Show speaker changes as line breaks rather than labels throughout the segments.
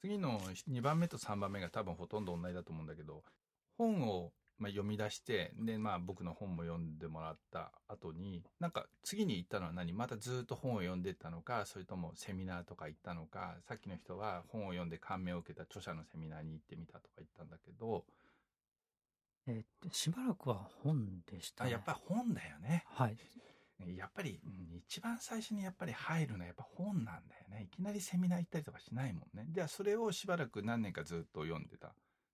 次の2番目と3番目が多分ほとんど同じだと思うんだけど、本を、まあ、読み出して、で、まあ僕の本も読んでもらった後に、なんか次に行ったのは何またずっと本を読んでったのか、それともセミナーとか行ったのか、さっきの人は本を読んで感銘を受けた著者のセミナーに行ってみたとか言ったんだけど、
えーしばらくは本でした、
あ
ね。
やっぱり本だよね。
はい。
やっぱり、うん一番最初にやっぱり入るのはやっぱ本なんだよね。いきなりセミナー行ったりとかしないもんね。で、それをしばらく何年かずっと読んでた。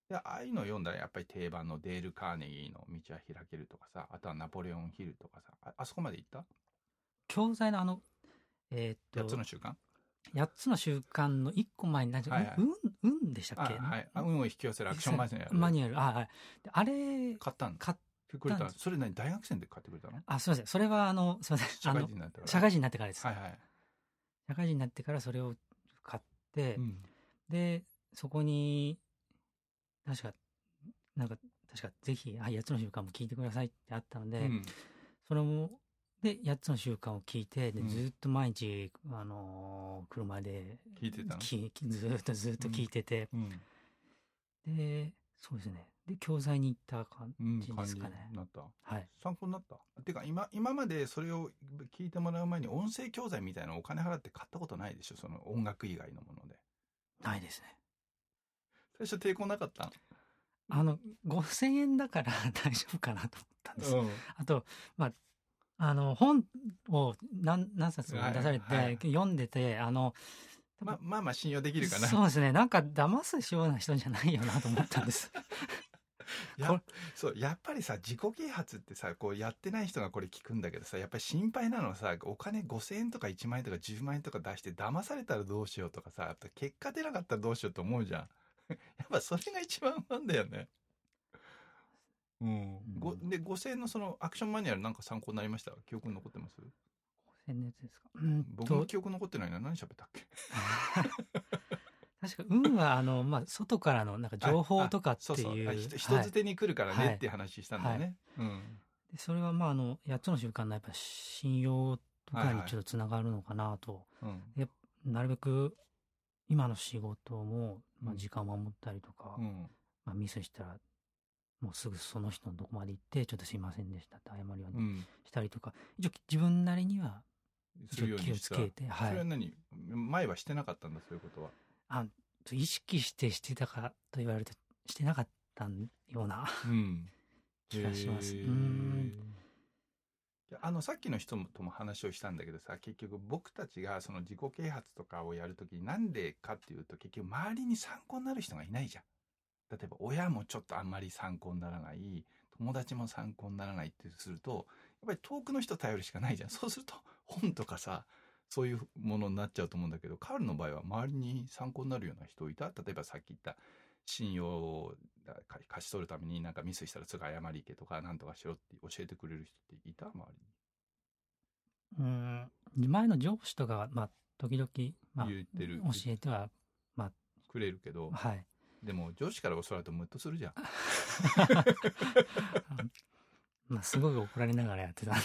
で、ああいうのを読んだらやっぱり定番のデール・カーネギーの道は開けるとかさ、あとはナポレオン・ヒルとかさ、ああそこまで行った
教材のあの、えーっと、
?8 つの習慣
8つの習慣の1個前に何でし
はいはい
うん、うんでした
あ、
っけ
はい。あ運を引き寄せるアクションマニュアル。
マニュアル。あ、はい。であれ、
買ったの
買っ
くれ
買ったん
た
です
それ何大学生で買ってくれたの
あ、すみません。それは、あの、すみませ
社
ん。
会
あの
人、になったから。
社会人になってからです。
はいはい。
社会人になってからそれを買って、
うん。
で、そこに、確か、なんか、確か、ぜひ、あ、8つの習慣も聞いてくださいってあったので、
うん
それも、で、8つの習慣を聞いて、で
うん
ずっと毎日、あのー車で、
聞いてたの
ききずっとずっと聞いてて、
うん。
で、そうですね。で、教材に行った感
うん。
じで
感じ
す
に
かね。
なった。
はい。
参考になった。てか、今、今までそれを聞いてもらう前に、音声教材みたいなのお金払って買ったことないでしょその音楽以外のもので。
ないですね。
最初抵抗なかったん
あの、5000円だから 大丈夫かなと思ったんです。
ん。
あと、まあ、あの、本を何何冊も出されて、
はいはい
読んでて、あの、多分
ま、まあまあ信用できるかな。
そうですね。なんか騙すような人じゃないよなと思ったんです。 こ
やそう、やっぱりさ、自己啓発ってさ、こうやってない人がこれ聞くんだけどさ、やっぱり心配なのはさ、お金5000円とか1万円とか10万円とか出して騙されたらどうしようとかさ、やっぱ結果出なかったらどうしようと思うじゃん。 やっぱそれが一番不安だよね。うん。ごで、5000円のそのアクションマニュアルなんか参考になりました記憶に残ってます
5000円のやつですか。うん
僕の
と、
記憶残ってないな。何喋ったっけ
確か、運は、あの、まあ、外からの、なんか情報とかって
ああそう
い。
そううあ。人人
はい
づてに来るからねって話したんだよね。うん。
でそれはまああの8つの習慣のやっぱ信用とかにちょっとつながるのかなと、
うん。
なるべく今の仕事も、ま
う
あ、
ん
時間を守ったりとか、
うん。
まあ、ミスしたらもうすぐその人のとこまで行ってちょっとすいませんでしたって謝るよう
う
に
ん。
したりとか、一応自分なりには
するよう
気
に
を
し
つ
た。
けて、は、
それはい何前はしてなかったんだ、そういうことは。
あ意識してしてたかと言われるとしてなかったような
うん。
気がします。
へ
う
ー
ーん
いやあのさっきの人とも話をしたんだけどさ結局僕たちがその自己啓発とかをやるときになんでかっていうと結局周りに参考になる人がいないじゃん。例えば親もちょっとあんまり参考にならない友達も参考にならないってするとやっぱり遠くの人頼るしかないじゃん。そうすると本とかさそういうものになっちゃうと思うんだけどカールの場合は周りに参考になるような人いた例えばさっき言った信用をだか貸し取るためになんかミスしたらすぐ謝り行けとか何とかしろって教えてくれる人っていた周りに。
うーん前の上司とかは、まあ、時々、まあ、
言ってる
教えては、
くれるけど、
はい。
でも上司から教わるとムッとする じゃん。
まあ、すごい怒られながらやってたんで。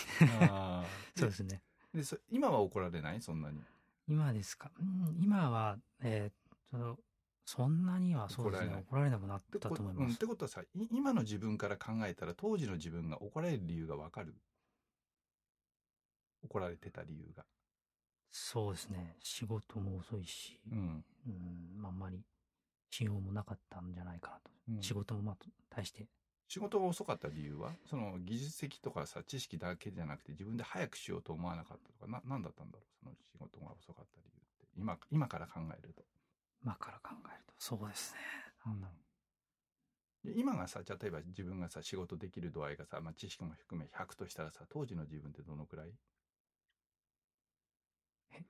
そうですね。
でそ今は怒られないそんなに。
今ですか。うん、今は、えーっと、そんなにはそうですね、
怒られない
怒られなくなっ
で
たと思い
こう
ま
んっ
す。
てことはさい今の自分から考えたら当時の自分が怒られる理由がわかる怒られてた理由が。
そうですね。仕事も遅いし、
うん
うん、あんまり信用もなかったんじゃないかなと。
うん
仕事もまあ、対して。
仕事が遅かった理由はその技術的とかさ知識だけじゃなくて自分で早くしようと思わなかったとかな何だったんだろうその仕事が遅かった理由って今今から考えると。
今から考えると。そうですね。なんだろう。
で今がさ例えば自分がさ仕事できる度合いがさ、まあ、知識も含め100としたらさ当時の自分ってどのくらい
え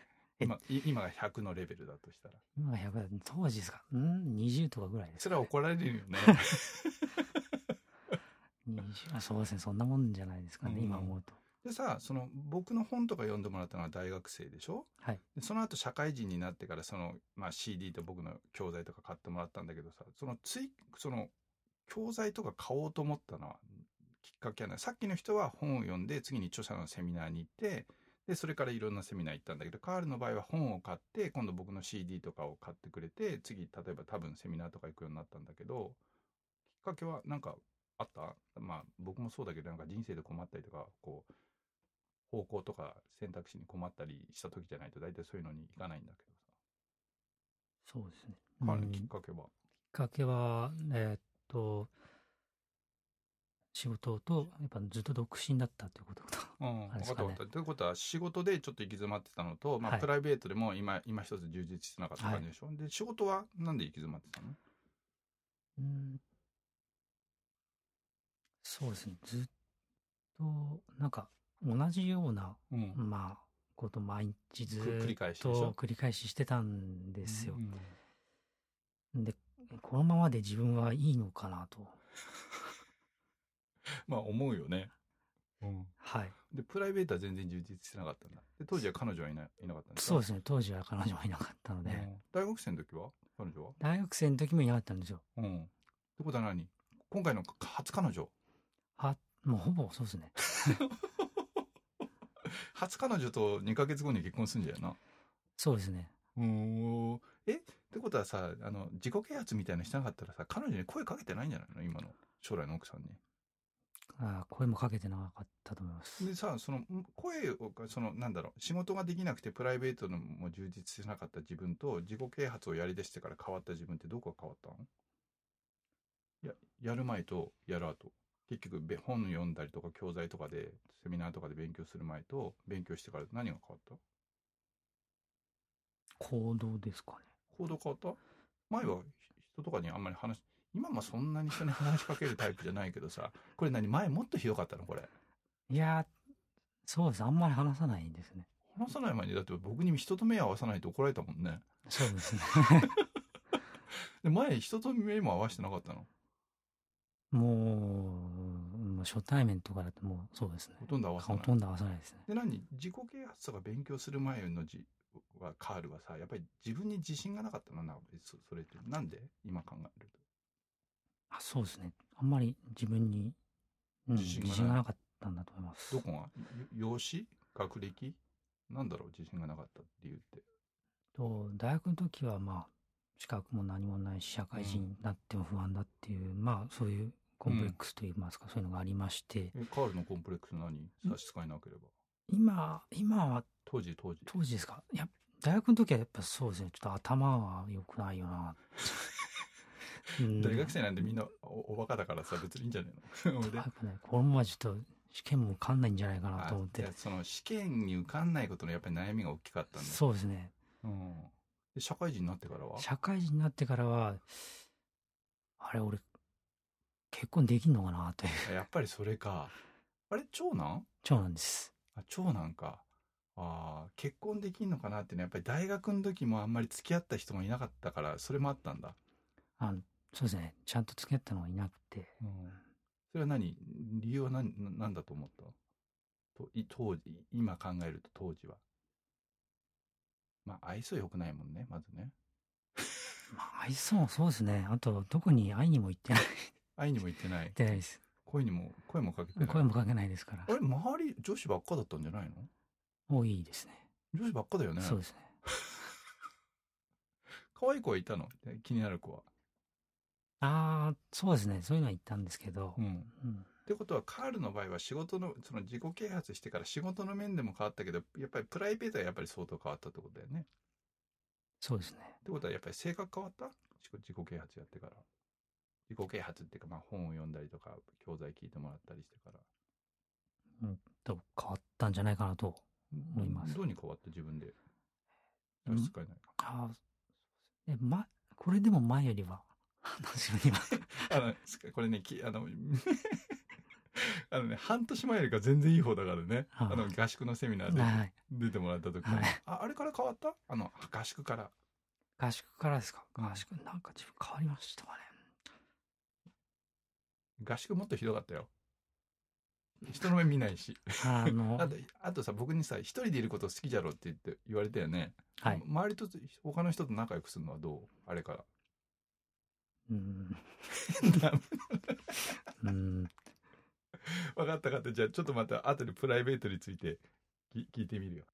今い今が100のレベルだとしたら
今が100だ。当時ですか。うん、20とかぐらいです
そ
かね、
れは怒られるよね
20あそうですね。そんなもんじゃないですかね。
うん
今思うと。
でさその僕の本とか読んでもらったのは大学生でしょ
はい。
でその後社会人になってからその、まあ、CD と僕の教材とか買ってもらったんだけどさそのついその教材とか買おうと思ったのはきっかけはないさっきの人は本を読んで次に著者のセミナーに行ってで、それからいろんなセミナー行ったんだけど、カールの場合は本を買って、今度僕の CD とかを買ってくれて、次、例えば多分セミナーとか行くようになったんだけど、きっかけはなんかあったまあ僕もそうだけど、なんか人生で困ったりとか、こう、方向とか選択肢に困ったりした時じゃないと、大体そういうのに行かないんだけど
そうですね。
さ、カー
う
ル
ん
き
き
っ
っ
かけは。
かけは、えーっと、仕事と、やっぱずっと独身だったということと。
うん、
あれ
分か
です
った
かね
分かった。ということは、仕事でちょっと行き詰まってたのと、まあ、
はい
プライベートでも今、今一つ充実してなかった感じでしょ、で、仕事はなんで行き詰まってたの
うんそうですね。ずっと、なんか、同じような、
うん。
まあ、こと毎日ずっ
繰り返しでしょ
と繰り返ししてたんですよ
う。ん
で、このままで自分はいいのかなと。
まあ、思うよね。うん。
はい。
で、プライベートは全然充実してなかったんだ。で、当時は彼女はいないいなかったんです
そうですすね。当時は彼女はいなかったので、
大学生の時は彼女は
大学生の時もいなかったんですよ。
うん。ってことは何今回の初彼女
は、もうほぼそうですね。
初彼女と2ヶ月後に結婚するんじゃな。
そうですね。
うん。えってことはさ、あの、自己啓発みたいなのしなかったらさ、彼女に声かけてないんじゃないの今の将来の奥さんに。
あー声もかけてなかったと思います。
でさ、その、ん声を、その、なんだろう、仕事ができなくてプライベートのも充実してなかった自分と、自己啓発をやり出してから変わった自分ってどこが変わったのや、やる前とやる後。結局、べ本読んだりとか、教材とかで、セミナーとかで勉強する前と、勉強してから何が変わった
行動ですかね。
行動変わった前は人とかにあんまり話し今もそんなに人に話しかけるタイプじゃないけどさこれ何前もっとひどかったのこれ
いやー、そうです。あんまり話さないんですね。
話さない前にだって僕に人と目合わさないと怒られたもんね
そうですね。
で前人と目も合わしてなかったの
もう、もう初対面とかだともうそうですね
ほ。とんど合わさ
ほ
ない
とんど合わさないですね。
で何自己啓発とか勉強する前のじはカールはさやっぱり自分に自信がなかったのなそそれってなんで今考えると
あ、そうですね。あんまり自分に、うん、
自
自
信
信
がない
がなかったんだと思います。
どこがよ容姿学歴なんだろう自信がなかった理由って
と大学の時はまあ、資格も何もないし、社会人になっても不安だっていう、まあ、そういうコンプレックスといいますか、そういうのがありまして、
えカールのコンプレックス何差し支えなければ
今、今は
当時当時
当時ですかいや、大学の時はやっぱそうですね。ちょっと頭は良くないよな。うん
大学生なんてみんなおおバカだからさ別にいいんじゃないの
頭
で
良くないこのままちょっと試験も受かんないんじゃないかなと思っ
あ
て
じゃあ。その試験に受かんないことのやっぱり悩みが大きかったんだよ
そうですね。
うん、で社会人になってからは
社会人になってからは、あれ、俺、結婚できんのかなという。
あやっぱりそれかあれ長男
長男です。
あ長男かあー結婚できんのかなってねやっぱり大学の時もあんまり付き合った人がいなかったからそれもあったんだ、
あの、そうですね。ちゃんと付き合ったのがいなくて。
うん、それは何理由は何な何だと思ったとい当時今考えると当時はまあ愛想良くないもんねまずね
まあ、愛想もそうですね。あと、どこに会いにも行ってない。行
愛にも行ってない
ってないです。
声にも声もかけてない
声もかけないですから
あ。れ周り女子ばっかだったんじゃないの
多いですね。
女子ばっかだよね
そうですね。
可愛い子はいたので気になる子は
ああ、そうですね。そういうのは言ったんですけど。
うんっ
うん
てことはカールの場合は仕事のその自己啓発してから仕事の面でも変わったけどやっぱりプライベートはやっぱり相当変わったってことだよね
そうですね。
ってことはやっぱり性格変わった自己自己啓発やってから自己啓発っていうかまあ本を読んだりとか教材聞いてもらったりしてから
と変わったんじゃないかなと。思います
どうに変わった自分で
うん
差し支えないか
ああ、え、ま、これでも前よりは、話よりは、
あの、すこれね、きあの、 あのね、半年前よりか全然いい方だからね。あ
ああ
の、合宿のセミナーで
はい。
出てもらった時、は
はい
あ、あれから変わったあの、合宿から。
合宿からですか
うん
合宿、なんか自分変わりましたかね。
合宿もっとひどかったよ。人の目見ないし。
あの、
あと、あとさ、僕にさ、一人でいること好きじゃろって言って言われたよね。
はい。
周りと、他の人と仲良くするのはどうあれから。
うん、
ダメ
うん、
わかったわかった。じゃあ、ちょっとまた後でプライベートについてき聞いてみるよ。